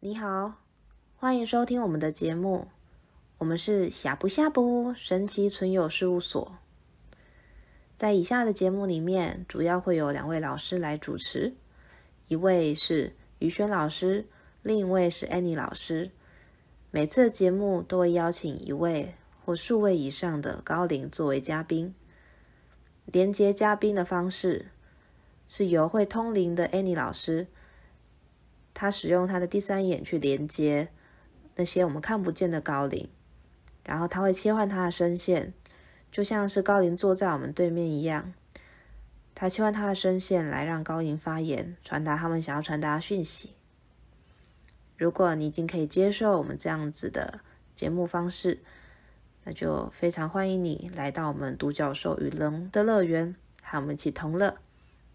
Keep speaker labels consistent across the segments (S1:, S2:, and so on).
S1: 你好，欢迎收听我们的节目，我们是下不下不神奇存有事务所。在以下的节目里面，主要会有两位老师来主持，一位是于轩老师，另一位是 Annie 老师。每次的节目都会邀请一位或数位以上的高龄作为嘉宾。连接嘉宾的方式是由会通灵的 Annie 老师，她使用她的第三眼去连接那些我们看不见的高龄，然后她会切换她的声线，就像是高龄坐在我们对面一样。她切换她的声线来让高龄发言，传达他们想要传达的讯息。如果你已经可以接受我们这样子的节目方式，那就非常欢迎你来到我们独角兽与龙的乐园，和我们一起同乐。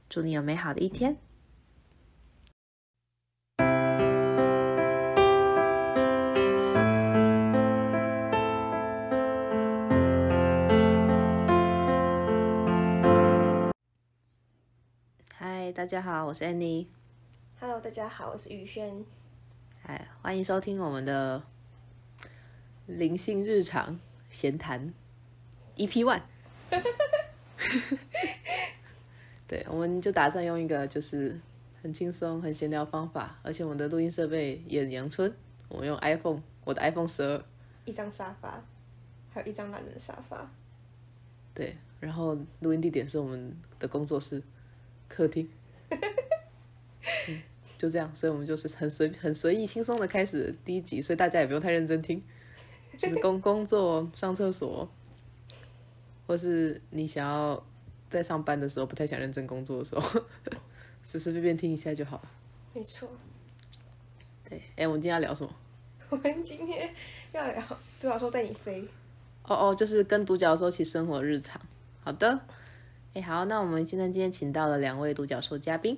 S1: 祝你有美好的一天。嗨，大家好，我是 Annie，
S2: Hello，大家好，我是宇轩。
S1: 嗨，哎欢迎收听我们的灵性日常闲谈 EP One。对，我们就打算用一个就是很轻松、很闲聊方法，而且我们的录音设备也很阳春，我们用 iPhone，我的 iPhone 十二，
S2: 一张沙发，还有一张懒人沙发，
S1: 对，然后录音地点是我们的工作室客厅。嗯就这样，所以我们就是很随很随意、轻松的开始第一集，所以大家也不用太认真听，就是工工作、上厕所，或是你想要在上班的时候不太想认真工作的时候， 随随便便听一下就好了。
S2: 没错。
S1: 对，哎、我们今天要聊什么？
S2: 我们今天 要聊独角兽带你飞。
S1: 哦哦，就是跟独角兽一起生活日常。好的，哎，好，那我们现在今天请到了两位独角兽嘉宾。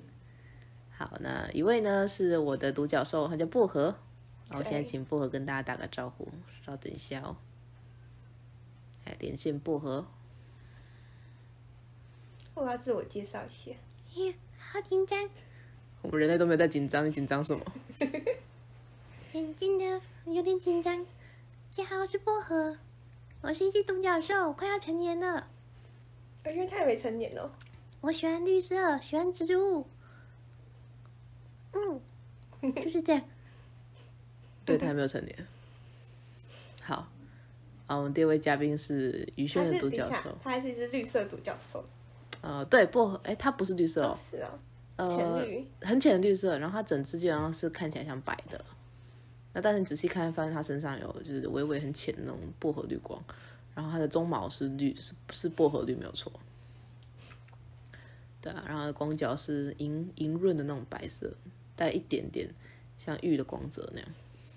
S1: 好，那一位呢是我的独角兽，他叫薄荷。然后现在请薄荷跟大家打个招呼，稍等一下哦。哎，连线薄荷，
S2: 我要自我介绍一下，
S3: 哎好紧张，
S1: 我们人类都没有在紧张，你紧张什么？
S3: 眼睛的有点紧张。大家好，我是薄荷，我是一只独角兽，快要成年了。
S2: 呃因为太没成年了。
S3: 我喜欢绿色，喜欢植物。嗯，就是这样。
S1: 对他还没有成年。好，啊，我们第二位嘉宾是于
S2: 它
S1: 轩的
S2: 是
S1: 独
S2: 等一
S1: 角
S2: 下
S1: 兽。，
S2: 它还是一只绿色独角兽。
S1: 呃，对，薄荷，哎，它不是绿色哦，
S2: 是哦，
S1: 呃
S2: 浅绿，
S1: 很浅的绿色，然后它整只基本上是看起来像白的，那但是你仔细看，发现它身上有就是微微很浅的那种薄荷绿光，然后它的鬃毛是绿，是是薄荷绿没有错，对啊，然后它的光脚是莹莹润的那种白色，带一点点像玉的光泽那样，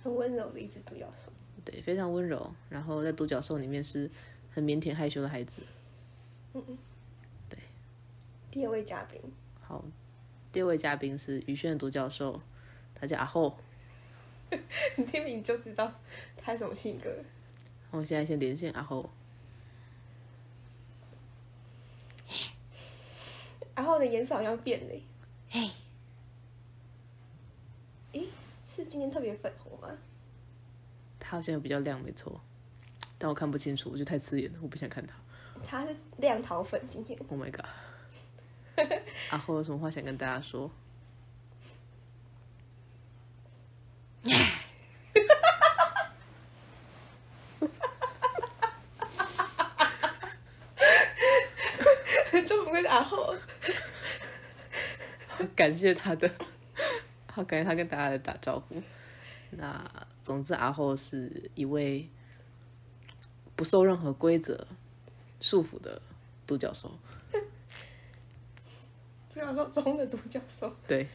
S2: 很温柔的一只独角兽。
S1: 对，非常温柔，然后在独角兽里面是很腼腆害羞的孩子。
S2: 第二位嘉宾，
S1: 好，第二位嘉宾是于轩的独角兽，他叫阿后。
S2: 你听名就知道他什么性格。
S1: 我现在先连线阿后，
S2: 然后我的颜色好像变了耶，欸
S3: 嘿，
S2: 是今天特别粉红吗？
S1: 他好像有比较亮，没错，但我看不清楚，我觉得太刺眼了，我不想看他。
S2: 它是亮桃粉，今天
S1: Oh my god！阿后有什么话想跟大家说？
S2: 就不会然后
S1: 感谢他的， 好感谢他跟大家的打招呼。那总之，阿后是一位不受任何规则束缚的独角兽。
S2: 独角兽中的独角兽。
S1: 对。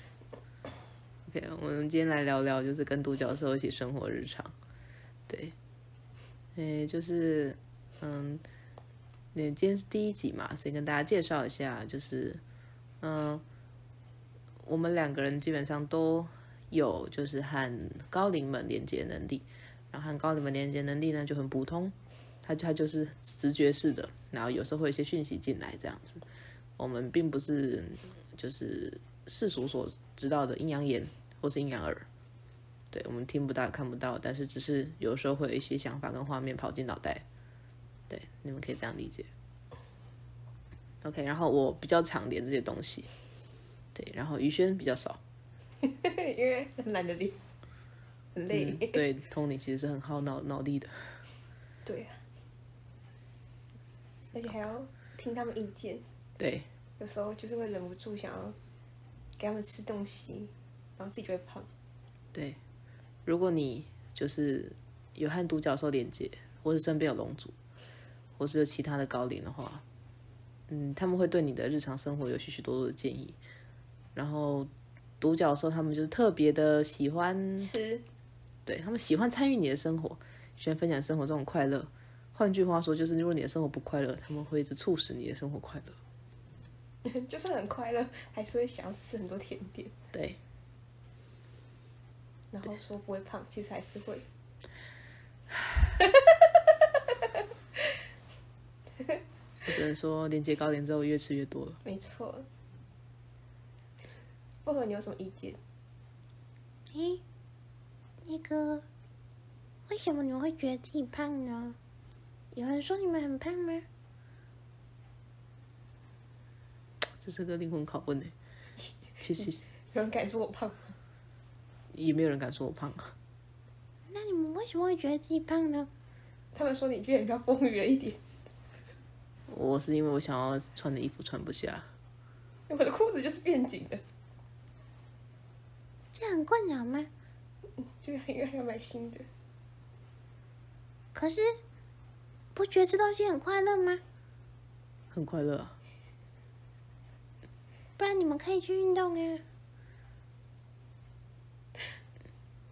S1: OK，我们今天来聊聊，就是跟独角兽一起生活日常。对，诶、就是，嗯，那今天是第一集嘛，所以跟大家介绍一下，就是，嗯，我们两个人基本上都有就是和高龄们连接能力，然后和高龄们连接能力呢就很普通，它它就是直觉式的，然后有时候会有一些讯息进来这样子，我们并不是就是世俗所知道的阴阳眼或是阴阳耳，对我们听不到也看不到，但是只是有时候会有一些想法跟画面跑进脑袋。对，你们可以这样理解。OK，然后我比较常连这些东西，对，然后于轩比较少。
S2: 因为很懒得理，很累。
S1: 嗯，对，Tony 其实是很耗脑脑力的。
S2: 对啊，而且还要听他们意见，
S1: 对，
S2: 有时候就是会忍不住想要给他们吃东西，然后自己就会胖。
S1: 对，如果你就是有和独角兽连接，或是身边有龙族，或是有其他的高龄的话，嗯，他们会对你的日常生活有许许多多的建议。然后独角兽他们就是特别的喜欢，
S2: 吃
S1: 对他们喜欢参与你的生活，喜欢分享生活中的快乐。换句话说，就是如果你的生活不快乐，他们会一直促使你的生活快乐。
S2: 就算很快乐，还是会想要吃很多甜点，
S1: 对，
S2: 然后说不会胖，其实还是会。
S1: 我只能说，连接高龄之后越吃越多了。
S2: 没错。薄荷，你有什么意见？
S3: 诶，哎那个，为什么你们会觉得自己胖呢？有人说你们很胖吗？
S1: 这是个灵魂拷问呢。欸其实
S2: 有人敢说我胖？
S1: 也没有人敢说我胖啊。
S3: 那你们为什么会觉得自己胖呢？
S2: 他们说你变得比较丰腴了一点，
S1: 我是因为我想要穿的衣服穿不下，
S2: 我的裤子就是变紧的，
S3: 这很困扰吗？
S2: 就是因为还要买新的。
S3: 可是，不觉得吃东西很快乐吗？
S1: 很快乐、啊。
S3: 不然你们可以去运动啊。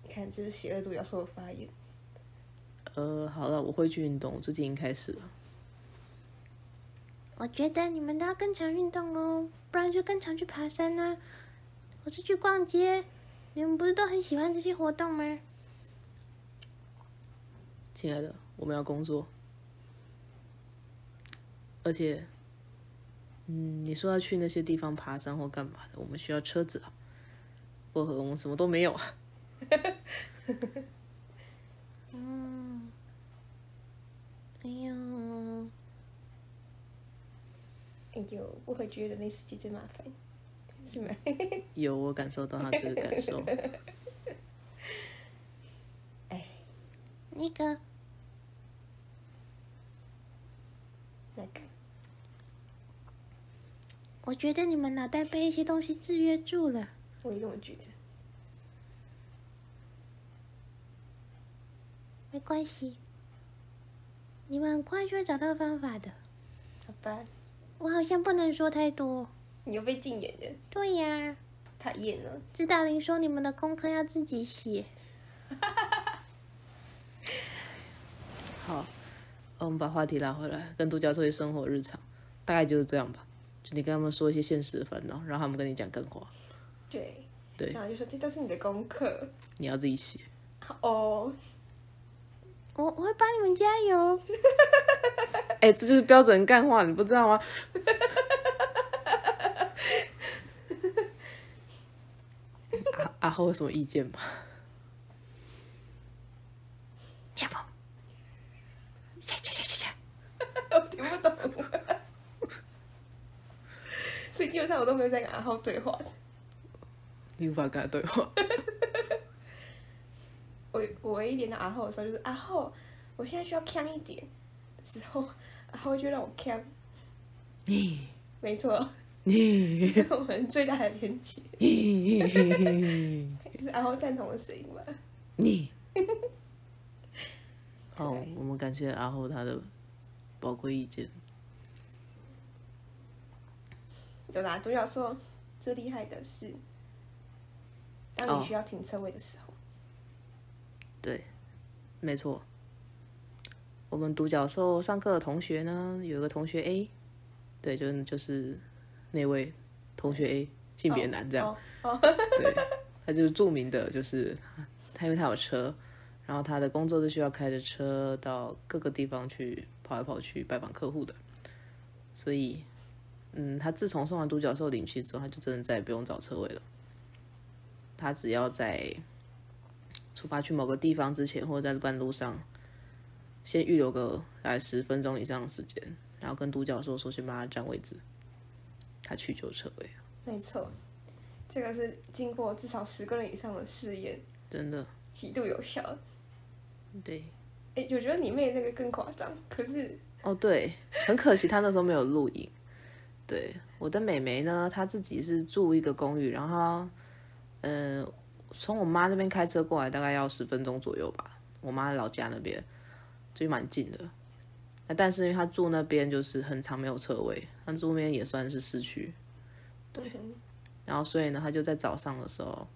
S2: 你看，这是邪恶独角兽的发言。
S1: 呃，好了，我会去运动，我最近已经开始了。
S3: 我觉得你们都要更常运动哦，不然就更常去爬山啊，或是去逛街。你们不是都很喜欢这些活动吗？
S1: 亲爱的，我们要工作，而且，嗯，你说要去那些地方爬山或干嘛的，我们需要车子啊。薄荷，我们什么都没有 啊。
S3: 嗯，哎呦，
S2: 哎呦，薄荷觉得人类世界真麻烦，是吗？
S1: 有，我感受到他这个感受。
S3: 那个，
S2: 那个，
S3: 我觉得你们脑袋被一些东西制约住了。
S2: 我也这么觉得。
S3: 没关系，你们很快就会找到方法的。
S2: 好吧，
S3: 我好像不能说太多。
S2: 你又被禁言了，
S3: 对呀，
S2: 讨厌了。
S3: 指导灵说你们的功课要自己写。
S1: 好，呃我们把话题拉回来，跟独角兽一些生活日常，大概就是这样吧。就你跟他们说一些现实的烦恼，让他们跟你讲干话，
S2: 对。
S1: 对
S2: 然后就说这都是你的功课。
S1: 你要自己写。
S2: 好哦，
S3: 我我会帮你们加油。
S1: 哎、这就是标准干话，你不知道吗？ 阿阿后有什么意见吗？念吧。呀呀呀呀呀！
S2: 我听不懂。 所以基本上我都没有在跟阿浩对话，
S1: 你无法跟他对话。
S2: 我我唯一连到阿浩的时候就是阿浩，我现在需要呛一点的时候，阿浩就让我呛，
S1: 你
S2: 没错，
S1: 你
S2: 这是我们最大的连接，
S1: 你
S2: 是阿浩赞同的声音吧？
S1: 你。哦，我们感谢阿后他的宝贵意见。
S2: 有啦，独角兽最厉害的是，当你需
S1: 哦
S2: 要停车位的时候，
S1: 对，没错。我们独角兽上课的同学呢，有一个同学 A，对，就是就是那位同学 A，性别男这样，
S2: 哦哦，
S1: 对，他就是著名的，就是他因为他有车，然后他的工作是需要开着车到各个地方去跑来跑去拜访客户的，所以，嗯，他自从送完独角兽领区之后，他就真的再也不用找车位了，他只要在出发去某个地方之前，或者在半路上，先预留个大概十分钟以上的时间，然后跟独角兽说先帮他占位置，他去就撤位，
S2: 没错，这个是经过至少十个人以上的试验，
S1: 真的
S2: 极度有效。
S1: 对。
S2: 哎，我觉得你妹那个更夸张，可是
S1: 哦，对，很可惜他那时候没有录影。对，我的妹妹呢，她自己是住一个公寓，然后，嗯、呃，从我妈那边开车过来大概要十分钟左右吧，我妈老家那边就蛮近的。那但是因为她住那边就是很长没有车位，她住那边也算是市区，
S2: 对，
S1: 然后所以呢，她就在早上的时候，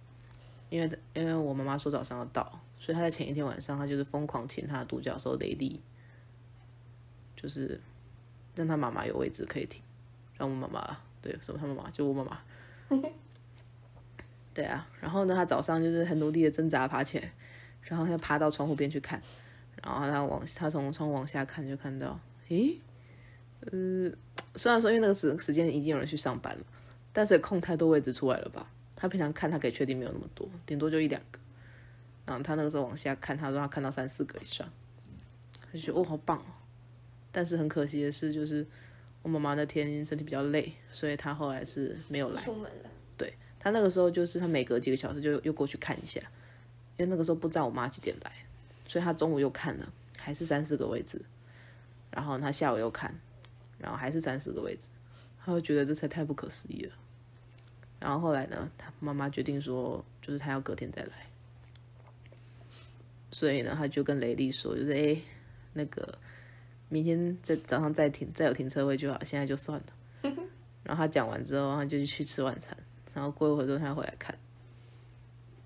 S1: 因为因为我妈妈说早上要到，所以她在前一天晚上，她就是疯狂请她的独角兽雷利，就是让她妈妈有位置可以停，让我妈妈啦对，什么她妈妈就我妈妈，对啊，然后呢，她早上就是很努力的挣扎爬起来，然后她爬到窗户边去看，然后她往她从窗户往下看就看到，诶，呃，虽然说因为那个时时间已经有人去上班了，但是也空太多位置出来了吧？她平常看她可以确定没有那么多，顶多就一两个。然后她那个时候往下看，她说她看到三四个以上，她就觉得哦好棒哦。但是很可惜的是，就是我妈妈那天身体比较累，所以她后来是没有来。
S2: 出门了，
S1: 他那个时候就是他每隔几个小时就又过去看一下，因为那个时候不知道我妈几点来，所以他中午又看了，还是三四个位置，然后他下午又看，然后还是三四个位置，他就觉得这才太不可思议了。然后后来呢，他妈妈决定说，就是他要隔天再来，所以呢，他就跟雷利说，就是哎、诶那个明天再早上再停，再有停车位就好，现在就算了。然后他讲完之后，他就去吃晚餐。然后过一会儿之后他回来看，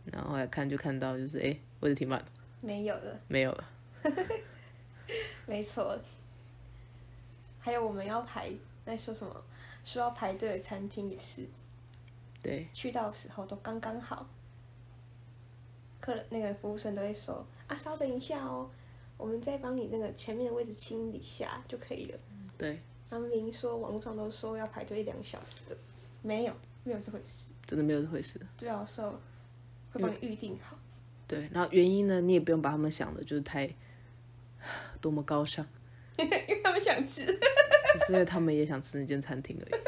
S1: 然后后来看就看到就是哎、诶位置停满了，
S2: 没有了，
S1: 没有了。
S2: 没错。还有我们要排那说什么？说要排队的餐厅也是，
S1: 对，
S2: 去到的时候都刚刚好。客人那个服务生都会说啊，稍等一下哦，我们再帮你那个前面的位置清理一下就可以了。
S1: 对，
S2: 他们明明说网络上都说要排队一两个小时的，没有，没有这回事。
S1: 真的没有这回事。
S2: 对啊，所以会帮你预定好。
S1: 对，然后原因呢，你也不用把他们想的就是太 多么高尚，
S2: 因为他们想吃。
S1: 只是因为他们也想吃那间餐厅而已。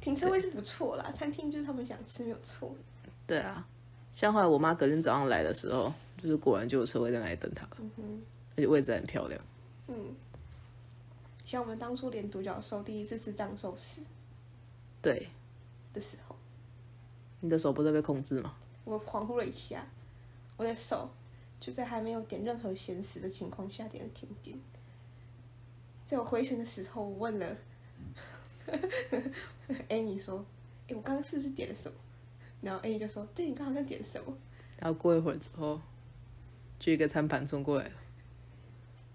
S2: 停车位是不错啦，餐厅就是他们想吃没有错。
S1: 对啊，像后来我妈隔天早上来的时候，就是果然就有车位在那里等她，
S2: 嗯哼，
S1: 而且位置还很漂亮。
S2: 嗯。像我们当初连独角兽第一次吃藏寿司
S1: 对，
S2: 的时候，
S1: 你的手不是被控制吗？
S2: 我恍惚了一下，我的手就在还没有点任何咸食的情况下点了甜点。在我回神的时候，我问了 Annie 说：“哎、我刚刚是不是点了什么？”然后 Annie 就说：“对，你刚刚在点什么
S1: 然后过一会儿之后，就一个餐盘送过来了，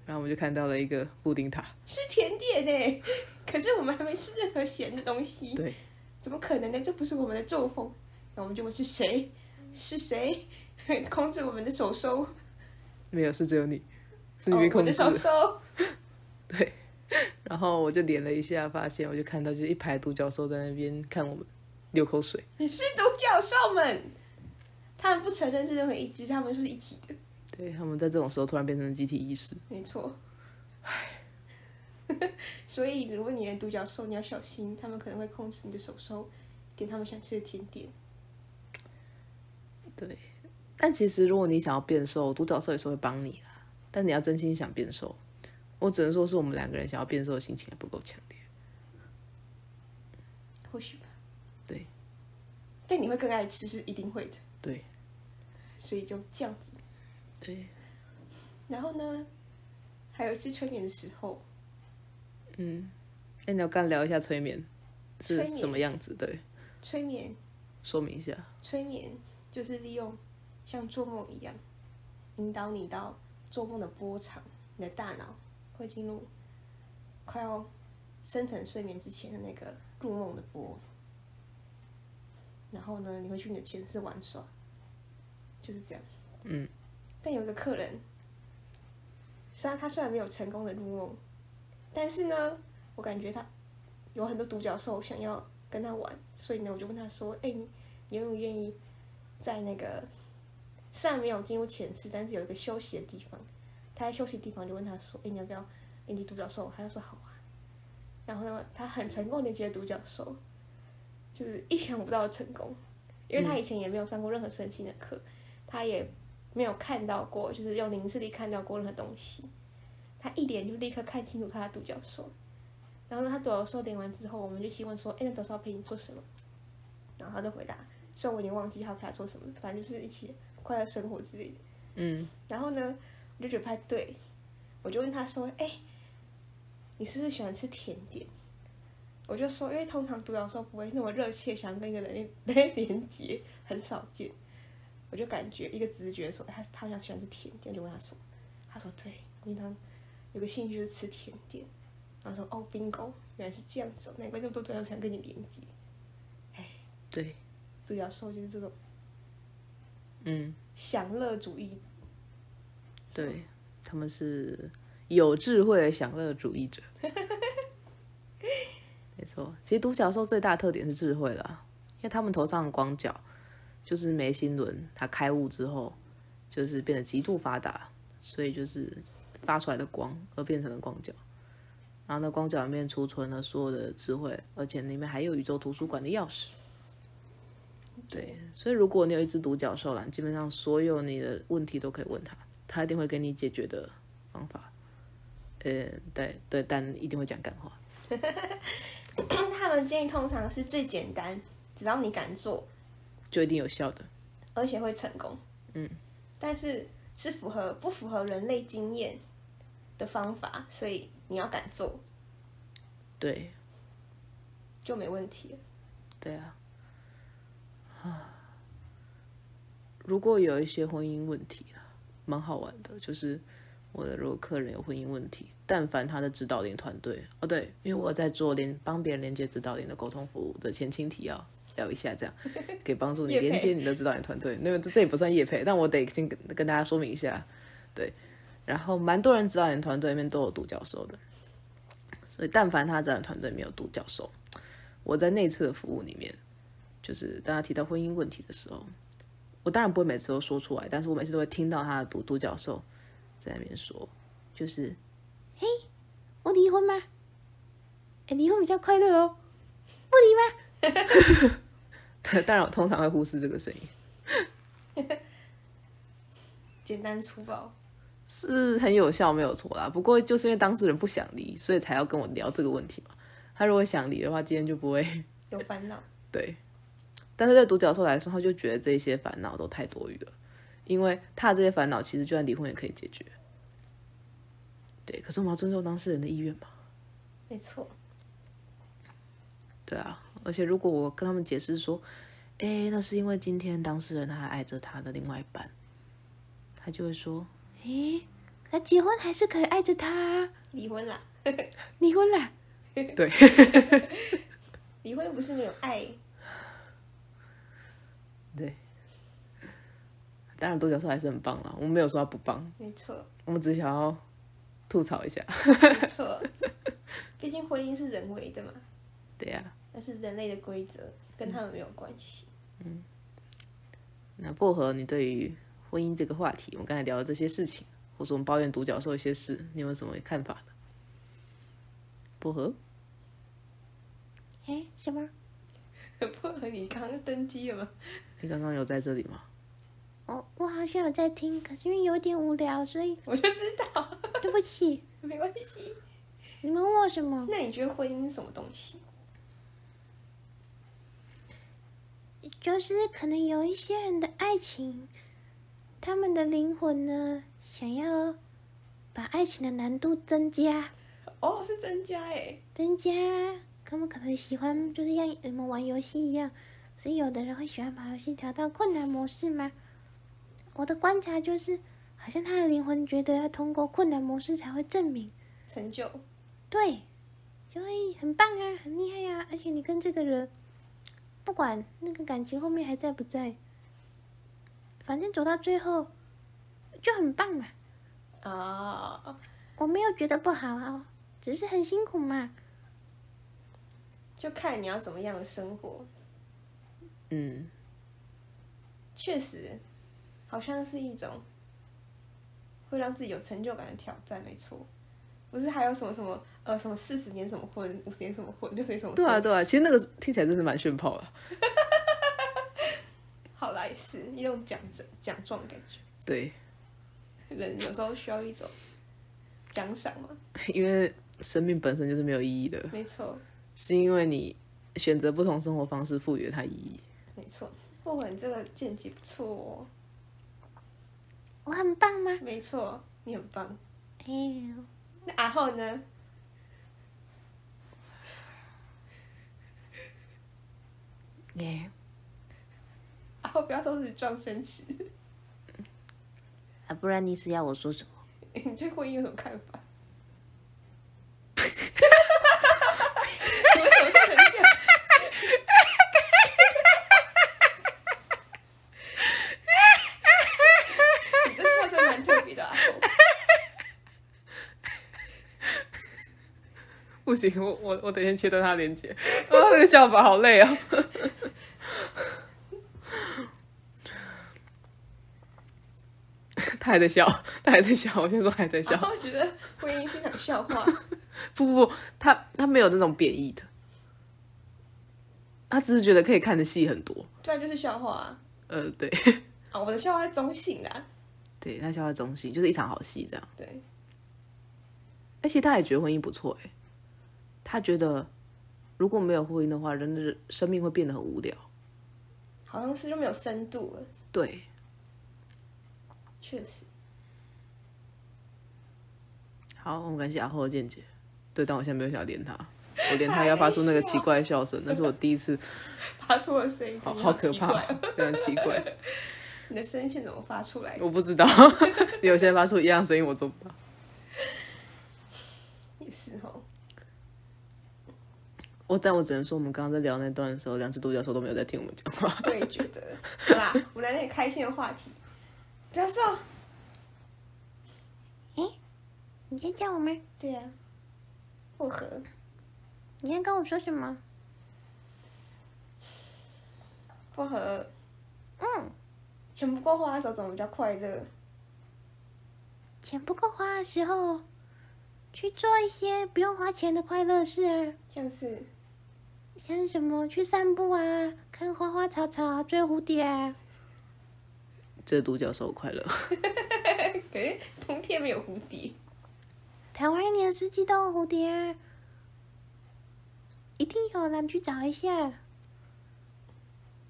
S1: 然后我们就看到了一个布丁塔。？”
S2: 是甜点呢、可是我们还没吃任何咸的东西。
S1: 对。
S2: 怎么可能呢？这不是我们的作风。那我们就问是谁？是谁 控制我们的手收？
S1: 没有，是只有你，是你
S2: 哦
S1: 被
S2: 我
S1: 控
S2: 的
S1: 制。
S2: 手收。
S1: 对，然后我就连了一下，发现我就看到就是一排独角兽在那边看我们流口水。
S2: 是独角兽们，他们不承认是任何一只，他们说是一体的，
S1: 对他们在这种时候突然变成了集体意识，
S2: 没错。 所以如果你的独角兽，你要小心，他们可能会控制你的手收，点他们想吃的甜点。
S1: 对，但其实如果你想要变瘦，独角兽也是会帮你啦。但你要真心想变瘦，我只能说是我们两个人想要变瘦的心情还不够强烈。
S2: 或许吧。
S1: 对。
S2: 但你会更爱吃，是一定会的。
S1: 对。
S2: 所以就这样子。
S1: 对，
S2: 然后呢，还有一次催眠的时候，
S1: 嗯，哎，你要刚聊一下催眠是
S2: 催眠
S1: 什么样子？对，
S2: 催眠
S1: 说明一下。
S2: 催眠就是利用像做梦一样，引导你到做梦的波长，你的大脑会进入快要深层睡眠之前的那个入梦的波。然后呢，你会去你的前世玩耍，就是这样。
S1: 嗯。
S2: 但有一个客人，虽然他虽然没有成功的入梦，但是呢，我感觉他有很多独角兽想要跟他玩，所以呢，我就问他说：“哎、你愿不愿意在那个虽然没有进入前室，但是有一个休息的地方。他在休息的地方就问他说：“哎、你要不要练习独角兽？”他就说：“好啊。”然后呢，他很成功的接独角兽，就是意想不到的成功，因为他以前也没有上过任何身心的课，他也没有看到过，就是用零视力看到过任何东西。他一点就立刻看清楚他的独角兽，然后呢，他独角兽点完之后，我们就提问说：“哎、那独角兽陪你做什么？”然后他就回答：“虽然我已经忘记他陪他做什么，反正就是一起快乐生活之类的。”
S1: 嗯，
S2: 然后呢，我就觉得不太对，我就问他说：“哎、你是不是喜欢吃甜点？”我就说，因为通常独角兽不会那么热切想跟一个人 类人类连接，很少见。我就感觉一个直觉说，哎他他好像喜欢吃甜点，我就问他说，他说对，我平常有个兴趣就是吃甜点。然后说哦，bingo，原来是这样子哦，难怪那么多独角兽想跟你连接。
S1: 对，
S2: 独角兽就是这种
S1: 嗯，
S2: 享乐主义
S1: 对，他们是有智慧的享乐主义者。 没错，其实独角兽最大的特点是智慧啦，因为他们头上的光角就是梅心轮，他开悟之后就是变得极度发达，所以就是发出来的光而变成了光角。然后那光角里面储存了所有的智慧，而且里面还有宇宙图书馆的钥匙。对，所以如果你有一只独角兽啦，基本上所有你的问题都可以问他，他一定会给你解决的方法。呃，对对，但一定会讲干话。
S2: 他们建议通常是最简单，只要你敢做，
S1: 就一定有效的。
S2: 而且会成功。嗯，但是是符合不符合人类经验的方法，所以你要敢做
S1: 对，
S2: 就没问题了。
S1: 对啊，啊，如果有一些婚姻问题啊，蛮好玩的。就是我的如果客人有婚姻问题，但凡他的指导连团队，哦对，因为我在做连帮别人连接指导连的沟通服务的前情提要。聊一下，这样可以帮助你
S2: 业配
S1: 连接你的指导员团队。那个这这也不算业配，但我得先跟跟大家说明一下，对。然后蛮多人指导员团队里面都有独角兽的，所以但凡他的指导员团队没有独角兽，我在那次的服务里面，就是当他提到婚姻问题的时候，我当然不会每次都说出来，但是我每次都会听到他的独独角兽在那边说，就是
S3: 我离婚吗？哎，离婚比较快乐哦。
S1: 对，当然我通常会忽视这个声音，
S2: 简单粗暴，
S1: 是很有效，没有错啦。不过就是因为当事人不想离，所以才要跟我聊这个问题嘛。他如果想离的话，今天就不会
S2: 有烦恼，
S1: 对，但是对独角兽来说，他就觉得这些烦恼都太多余了，因为他的这些烦恼其实就算离婚也可以解决。对，可是我们要尊重当事人的意愿嘛。
S2: 没错。
S1: 对啊，而且如果我跟他们解释说，诶，那是因为今天当事人他还爱着他的另外一半，他就会说，
S3: 哎，可结婚还是可以爱着他啊。
S2: 离婚啦，
S3: 离婚啦，
S1: 对，
S2: 离婚又不是没有爱，
S1: 对。当然，独角兽还是很棒啦，我们没有说他不棒，
S2: 没错，
S1: 我们只想要吐槽一下。
S2: 没错。毕竟婚姻是人为的嘛，
S1: 对啊呀、
S2: 那是人类的规则，跟他们没有关系。
S1: 那薄荷，你对于婚姻这个话题，我们刚才聊的这些事情，或是我们抱怨独角兽一些事，你有没有什么看法呢？薄荷，
S3: 哎，什么？
S2: 不合你刚刚登机了吗？
S1: 你刚刚有在这里吗？
S3: 哦，我好像有在听，可是因为有点无聊，所以
S2: 我就知道，
S3: 对不起。
S2: 没关系。
S3: 你们问我什么？
S2: 那你觉得婚姻是什么东西？
S3: 就是可能有一些人的爱情，他们的灵魂呢，想要把爱情的难度增加，
S2: 哦，是增加哎，
S3: 增加。他们可能喜欢就是像你们玩游戏一样，所以有的人会喜欢把游戏调到困难模式吗？我的观察就是，好像他的灵魂觉得要通过困难模式才会证明。
S2: 成就。
S3: 对，就会很棒啊，很厉害啊！而且你跟这个人，不管那个感情后面还在不在，反正走到最后就很棒嘛。
S2: 啊、
S3: 我没有觉得不好啊，只是很辛苦嘛。
S2: 就看你要怎么样的生活。
S1: 嗯，
S2: 确实，好像是一种会让自己有成就感的挑战，没错。不是还有什么什么呃什么四十年什么婚，五十年什么婚，六十年什么婚？
S1: 对啊，对啊，其实那个听起来真是蛮炫炮的。
S2: 好啦，也是一种奖状奖状的感觉。
S1: 对，
S2: 人有时候需要一种奖赏嘛，
S1: 因为生命本身就是没有意义的，
S2: 没错，
S1: 是因为你选择不同生活方式赋予了它意义。
S2: 没错。霍文这个见解不错哦，
S3: 我很棒吗？
S2: 没错，你很棒。
S3: 哎呦，
S2: 那然后呢？
S1: 耶、
S2: 然后不要都是撞生词，
S4: 啊，不然你是要我说什么？
S2: 你对婚姻有什么看法？我怎么笑成这样你这笑声蛮特别的啊！
S1: 不行，我我我等一下切断它的连接。 啊，这个笑法好累啊。 他还在笑，他还在笑。我先说还在笑
S2: 然。后觉得婚姻是场笑 话，
S1: 不不不，他他没有那种贬义的，他只是觉得可以看的戏很多。
S2: 对啊，就是笑话啊！
S1: 呃，对
S2: 啊，我的笑话是中性啦，
S1: 对，他笑话中心就是一场好戏这样。
S2: 对，
S1: 而且他也觉得婚姻不错哎，他觉得如果没有婚姻的话，人的生命会变得很无聊。
S2: 好像是就没有深度了，
S1: 对，
S2: 确实。
S1: 好，我们感谢阿后的见解。对，但我现在没有想要连 他，我连他要发出那个奇怪的笑声，那是我第一次，
S2: 发出了声音，
S1: 好哎好可怕
S2: 你好奇怪，
S1: 非常奇怪，
S2: 你的声线怎么发出来的？
S1: 我不知道， 有些人发出一样的声音我做不到。
S2: 也是哦，
S1: 我但我只能说，我们刚刚在聊那段的时候，两只独角兽都没有在听我们讲话。
S2: 我也觉得。好啦，我们来点开心的话题。教授，
S3: 你在叫我吗？
S2: 对呀、啊，薄荷，
S3: 你要跟我说什么？
S2: 薄荷，
S3: 嗯，
S2: 钱不够花的时候怎么比较快乐？
S3: 钱不够花的时候，去做一些不用花钱的快乐事啊，
S2: 像 是
S3: 像什么去散步啊，看花花草草啊，追蝴蝶啊。
S1: 这独角兽快乐，
S2: 可是冬天没有蝴蝶，
S3: 台湾一年四季都有蝴蝶啊，一定有的，你去找一下。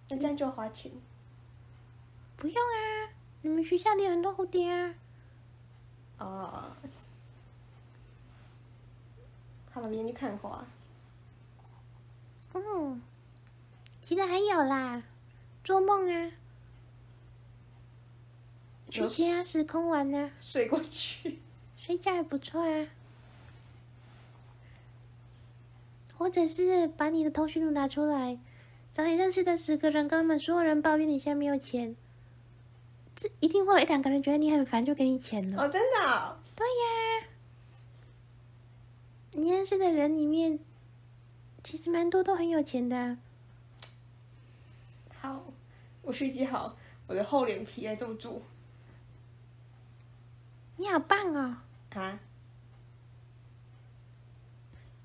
S2: 那这样就要花钱。
S3: 不用啊，你们学校里有很多蝴蝶啊。
S2: 哦，好了，明天去看花。
S3: 嗯，其他还有啦，做梦啊，去
S2: 有
S3: 其他时空玩啊，
S2: 睡过去，
S3: 睡觉也不错啊。或者是把你的通讯录拿出来，找你认识的十个人，跟他们所有人抱怨你现在没有钱，这一定会有一两个人觉得你很烦，就给你钱了。
S2: 哦，真的哦、
S3: 对呀，你认识的人里面，其实蛮多都很有钱的啊、
S2: 好，我蓄积好我的厚脸皮来这么做
S3: 你好棒哦！
S2: 啊！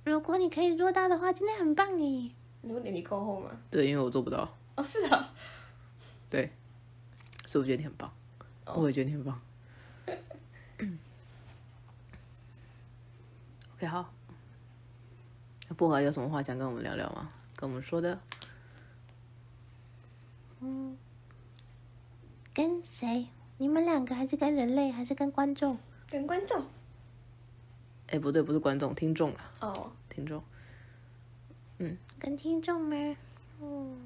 S3: 如果你可以做到的话，真的很棒耶！
S2: 你我脸皮够厚吗？
S1: 对，因为我做不到，
S2: 哦，是啊、
S1: 对，所以我觉得你很棒，
S2: 哦
S5: 啊
S1: 我也觉得你 很棒。OK，好，那薄荷有什么话想跟我们聊聊吗？跟我们说的。
S3: 跟谁？你们两个还是跟人类，还是跟观众？
S2: 跟观众
S1: 哎，不对，不是观众，听众啊，
S2: 哦，
S1: 听众。
S3: 跟听众吗？嗯，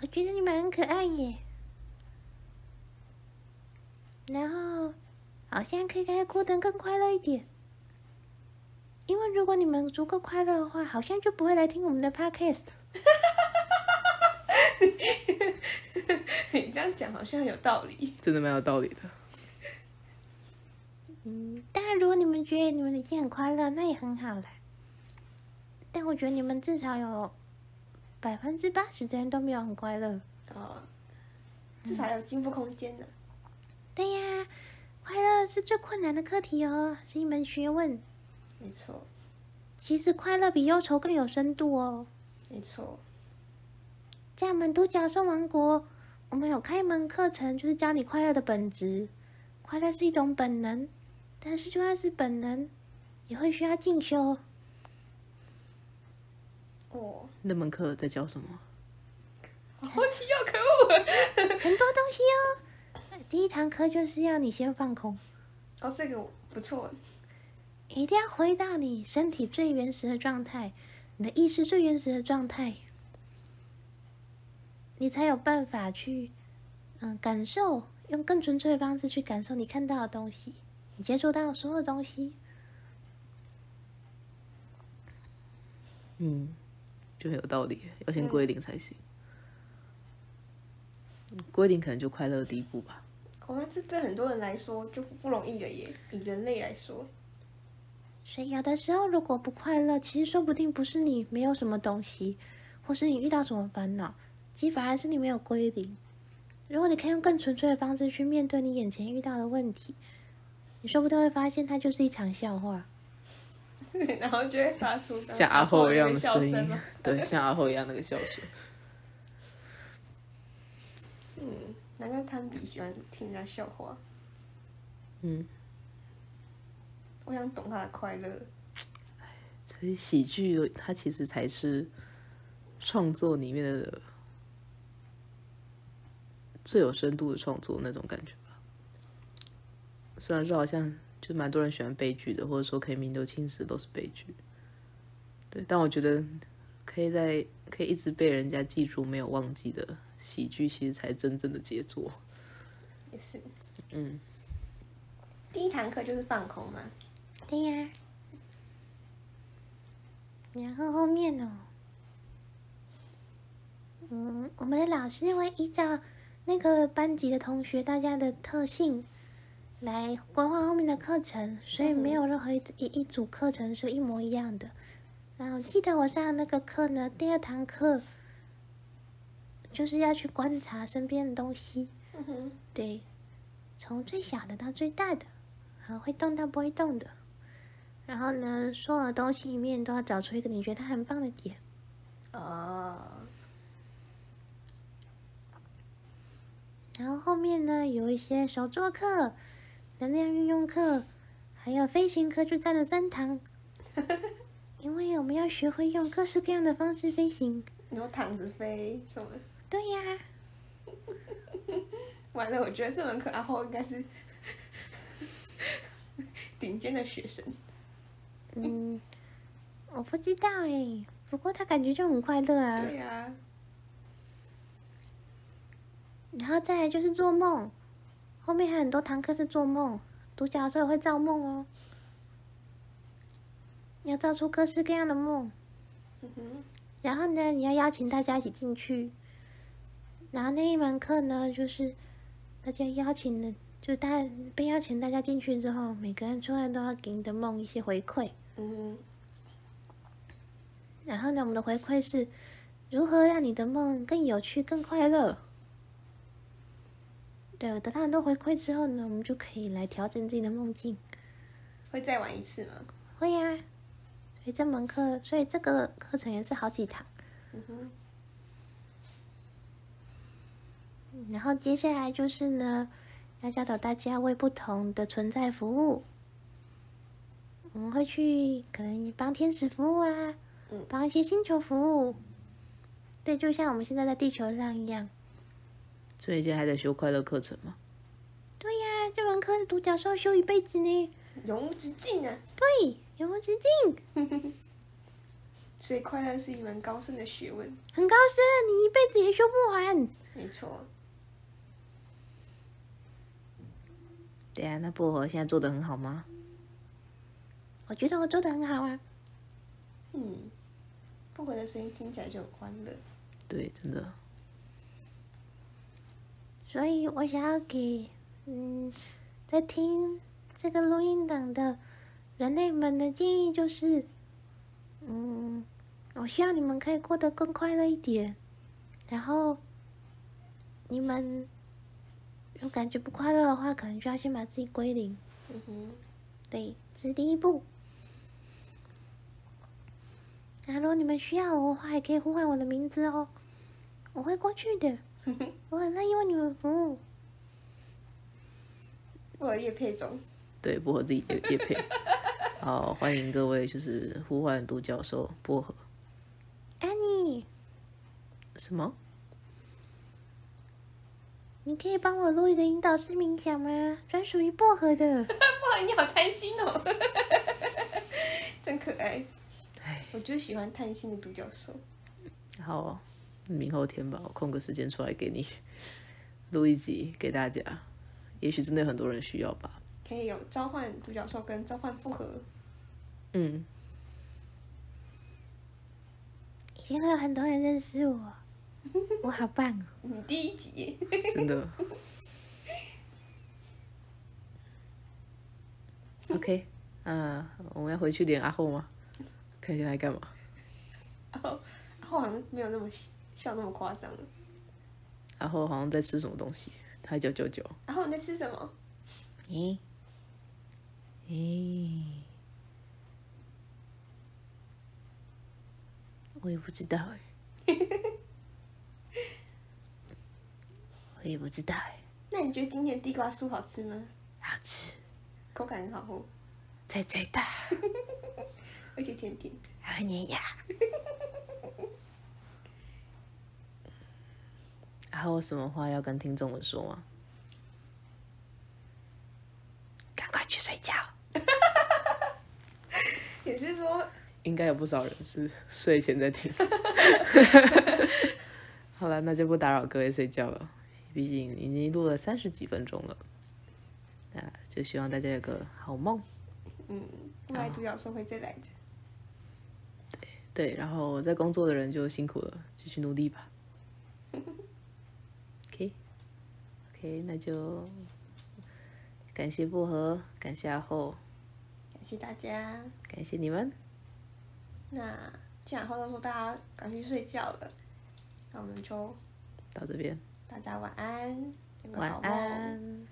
S3: 我觉得你们很可爱耶。然后，好像可以给他过得更快乐一点。因为如果你们足够快乐的话，好像就不会来听我们的 podcast。
S2: 你这样讲好像有道理。
S1: 真的蛮有道理的。
S3: 嗯，当然，如果你们觉得你们已经很快乐，那也很好啦。但我觉得你们至少有百分之八十的人都没有很快乐。
S2: 哦，至少有进步空间呢、
S3: 对呀，快乐是最困难的课题哦，是一门学问。
S2: 没错，
S3: 其实快乐比忧愁更有深度哦。
S2: 没错，
S3: 在我们独角兽王国，我们有开一门课程，就是教你快乐的本质。快乐是一种本能，但是就算是本能，也会需要进修。
S2: 哦，
S5: 那门课在教什么？
S2: 好奇又可恶。
S3: 很多东西哦。第一堂课就是要你先放空，
S2: 哦，这个不错，
S3: 一定要回到你身体最原始的状态，你的意识最原始的状态，你才有办法去，嗯，感受，用更纯粹的方式去感受你看到的东西，你接触到的所有东西。
S5: 嗯，就很有道理，要先归零才行。
S1: 嗯
S5: 归零可能就快乐的第一步吧。
S2: 哦，那这对很多人来说就不容易了耶。以人类来说，
S3: 所以有的时候如果不快乐，其实说不定不是你没有什么东西，或是你遇到什么烦恼，其实反而是你没有归零。如果你可以用更纯粹的方式去面对你眼前遇到的问题，你说不定会发现它就是一场笑话。
S2: 然后就会发出
S1: 嗯
S5: 像阿后
S2: 后
S5: 一 样的
S2: 笑
S5: 声音
S1: 啊
S2: 吗？，
S5: 对，像阿后一样那个笑声。
S2: 嗯，难怪攀比喜欢听人家笑话。
S5: 嗯，
S2: 我想懂他的快乐。
S5: 所以喜剧它其实才是创作里面的最有深度的创作那种感觉吧。虽然说好像就蛮多人喜欢悲剧的，或者说可以名留青史都是悲剧，对，但我觉得可以在可以一直被人家记住没有忘记的喜剧，其实才真正的杰作。
S2: 也是。
S5: 嗯。
S2: 第一堂课就是放空嘛，
S3: 对呀、然后后面呢、嗯，我们的老师会依照那个班级的同学大家的特性来规划后面的课程，所以没有任何一一一组课程是一模一样的。然后我记得我上的那个课呢，第二堂课就是要去观察身边的东西，
S2: 嗯哼，
S3: 对，从最小的到最大的，然后会动到不会动的，然后呢，所有的东西里面都要找出一个你觉得它很棒的点。
S2: 哦，
S3: 然后后面呢，有一些手作课、能量运用课，还有飞行课，就占了三堂。因为我们要学会用各式各样的方式飞行。
S2: 你说躺着飞什么？
S3: 对呀、
S2: 完了，我觉得这门课阿后应该是 顶尖的学生。
S3: 嗯，我不知道哎、不过他感觉就很快乐啊。
S2: 对啊，
S3: 然后再来就是做梦，后面还有很多堂课是做梦，独角兽会造梦哦，要造出各式各样的梦。
S2: 嗯哼，
S3: 然后呢，你要邀请大家一起进去。然后那一门课呢，就是大家邀请的，就大家被邀请大家进去之后，每个人出来都要给你的梦一些回馈。
S2: 嗯哼，
S3: 然后呢，我们的回馈是如何让你的梦更有趣、更快乐。对，得到很多回馈之后呢，我们就可以来调整自己的梦境。
S2: 会再玩一次吗？
S3: 会呀、所以这门课，所以这个课程也是好几堂。
S2: 嗯哼，
S3: 然后接下来就是呢，要教导大家为不同的存在服务。我们会去可能帮天使服务啊
S2: 嗯，
S3: 帮一些星球服务。对，就像我们现在在地球上一样。
S5: 所以现在还在修快乐课程吗？
S3: 对呀、这门课独角兽修一辈子呢。
S2: 永无止境啊！
S3: 对，永无止境，
S2: 所以快乐是一门高深的学问，
S3: 很高深，你一辈子也修不完。
S2: 没错。
S5: 对啊，那薄荷现在做的很好吗？
S3: 我觉得我做的很好啊，
S2: 嗯，不合的声音听起来就很欢乐。
S5: 对，真的。
S3: 所以我想要给嗯，在听这个录音档的人类们的建议就是，嗯，我希望你们可以过得更快乐一点。然后，你们有感觉不快乐的话，可能就要先把自己归零。
S2: 嗯哼，
S3: 对，这是第一步。那如果你们需要我的话，也可以呼唤我的名字哦，我会过去的， 我很乐意为你们服务。
S2: 为了叶配 种，
S1: 对，薄荷自己也也配。 好，欢迎各位，就是呼唤独角兽薄荷
S3: 安妮，
S1: 什么？
S3: 你可以帮我录一个引导式冥想吗？专属于薄荷的。
S2: 哇，你好贪心哦， 真可爱。我就喜欢贪心的独角兽。
S1: 哎好、哦，明后天吧，我空个时间出来给你录一集给大家，也许真的有很多人需要吧。
S2: 可以有召唤独角兽跟召唤复合，
S1: 嗯，
S3: 一定会有很多人认识我，我好棒哦！
S2: 你第一集，
S1: 真的。OK，嗯，我们要回去连阿后吗？看一下他在干嘛？
S2: 然后然后好像没有那么笑那么夸张了。
S1: 阿后好像在吃什么东西，他叫九九。
S2: 然后你在吃什么？
S1: 咦、咦、我也不知 道哎、我也不知道哎、
S2: 那你觉得今天的地瓜酥好吃吗？
S1: 好吃，
S2: 口感很好哦，
S1: 脆脆的，
S2: 而且甜甜的。
S1: 还会粘牙。 还有什么话要跟听众们说吗？赶快去睡觉。
S2: 也是说，
S1: 应该有不少人是睡前在 听。好了，那就不打扰各位睡觉了，毕竟已经录了三十几分钟了。那就希望大家有个好梦。
S2: 嗯，未来独角兽会再来的。
S1: 对，然后在工作的人就辛苦了，继续努力吧。OK，OK，、那就感谢薄荷，感谢阿后，
S2: 感谢大家。
S1: 感谢你们，
S2: 那既然话都说大家赶去睡觉了，那我们就
S1: 到这边，
S2: 大家晚安，有个
S1: 晚
S2: 好梦。
S1: 安，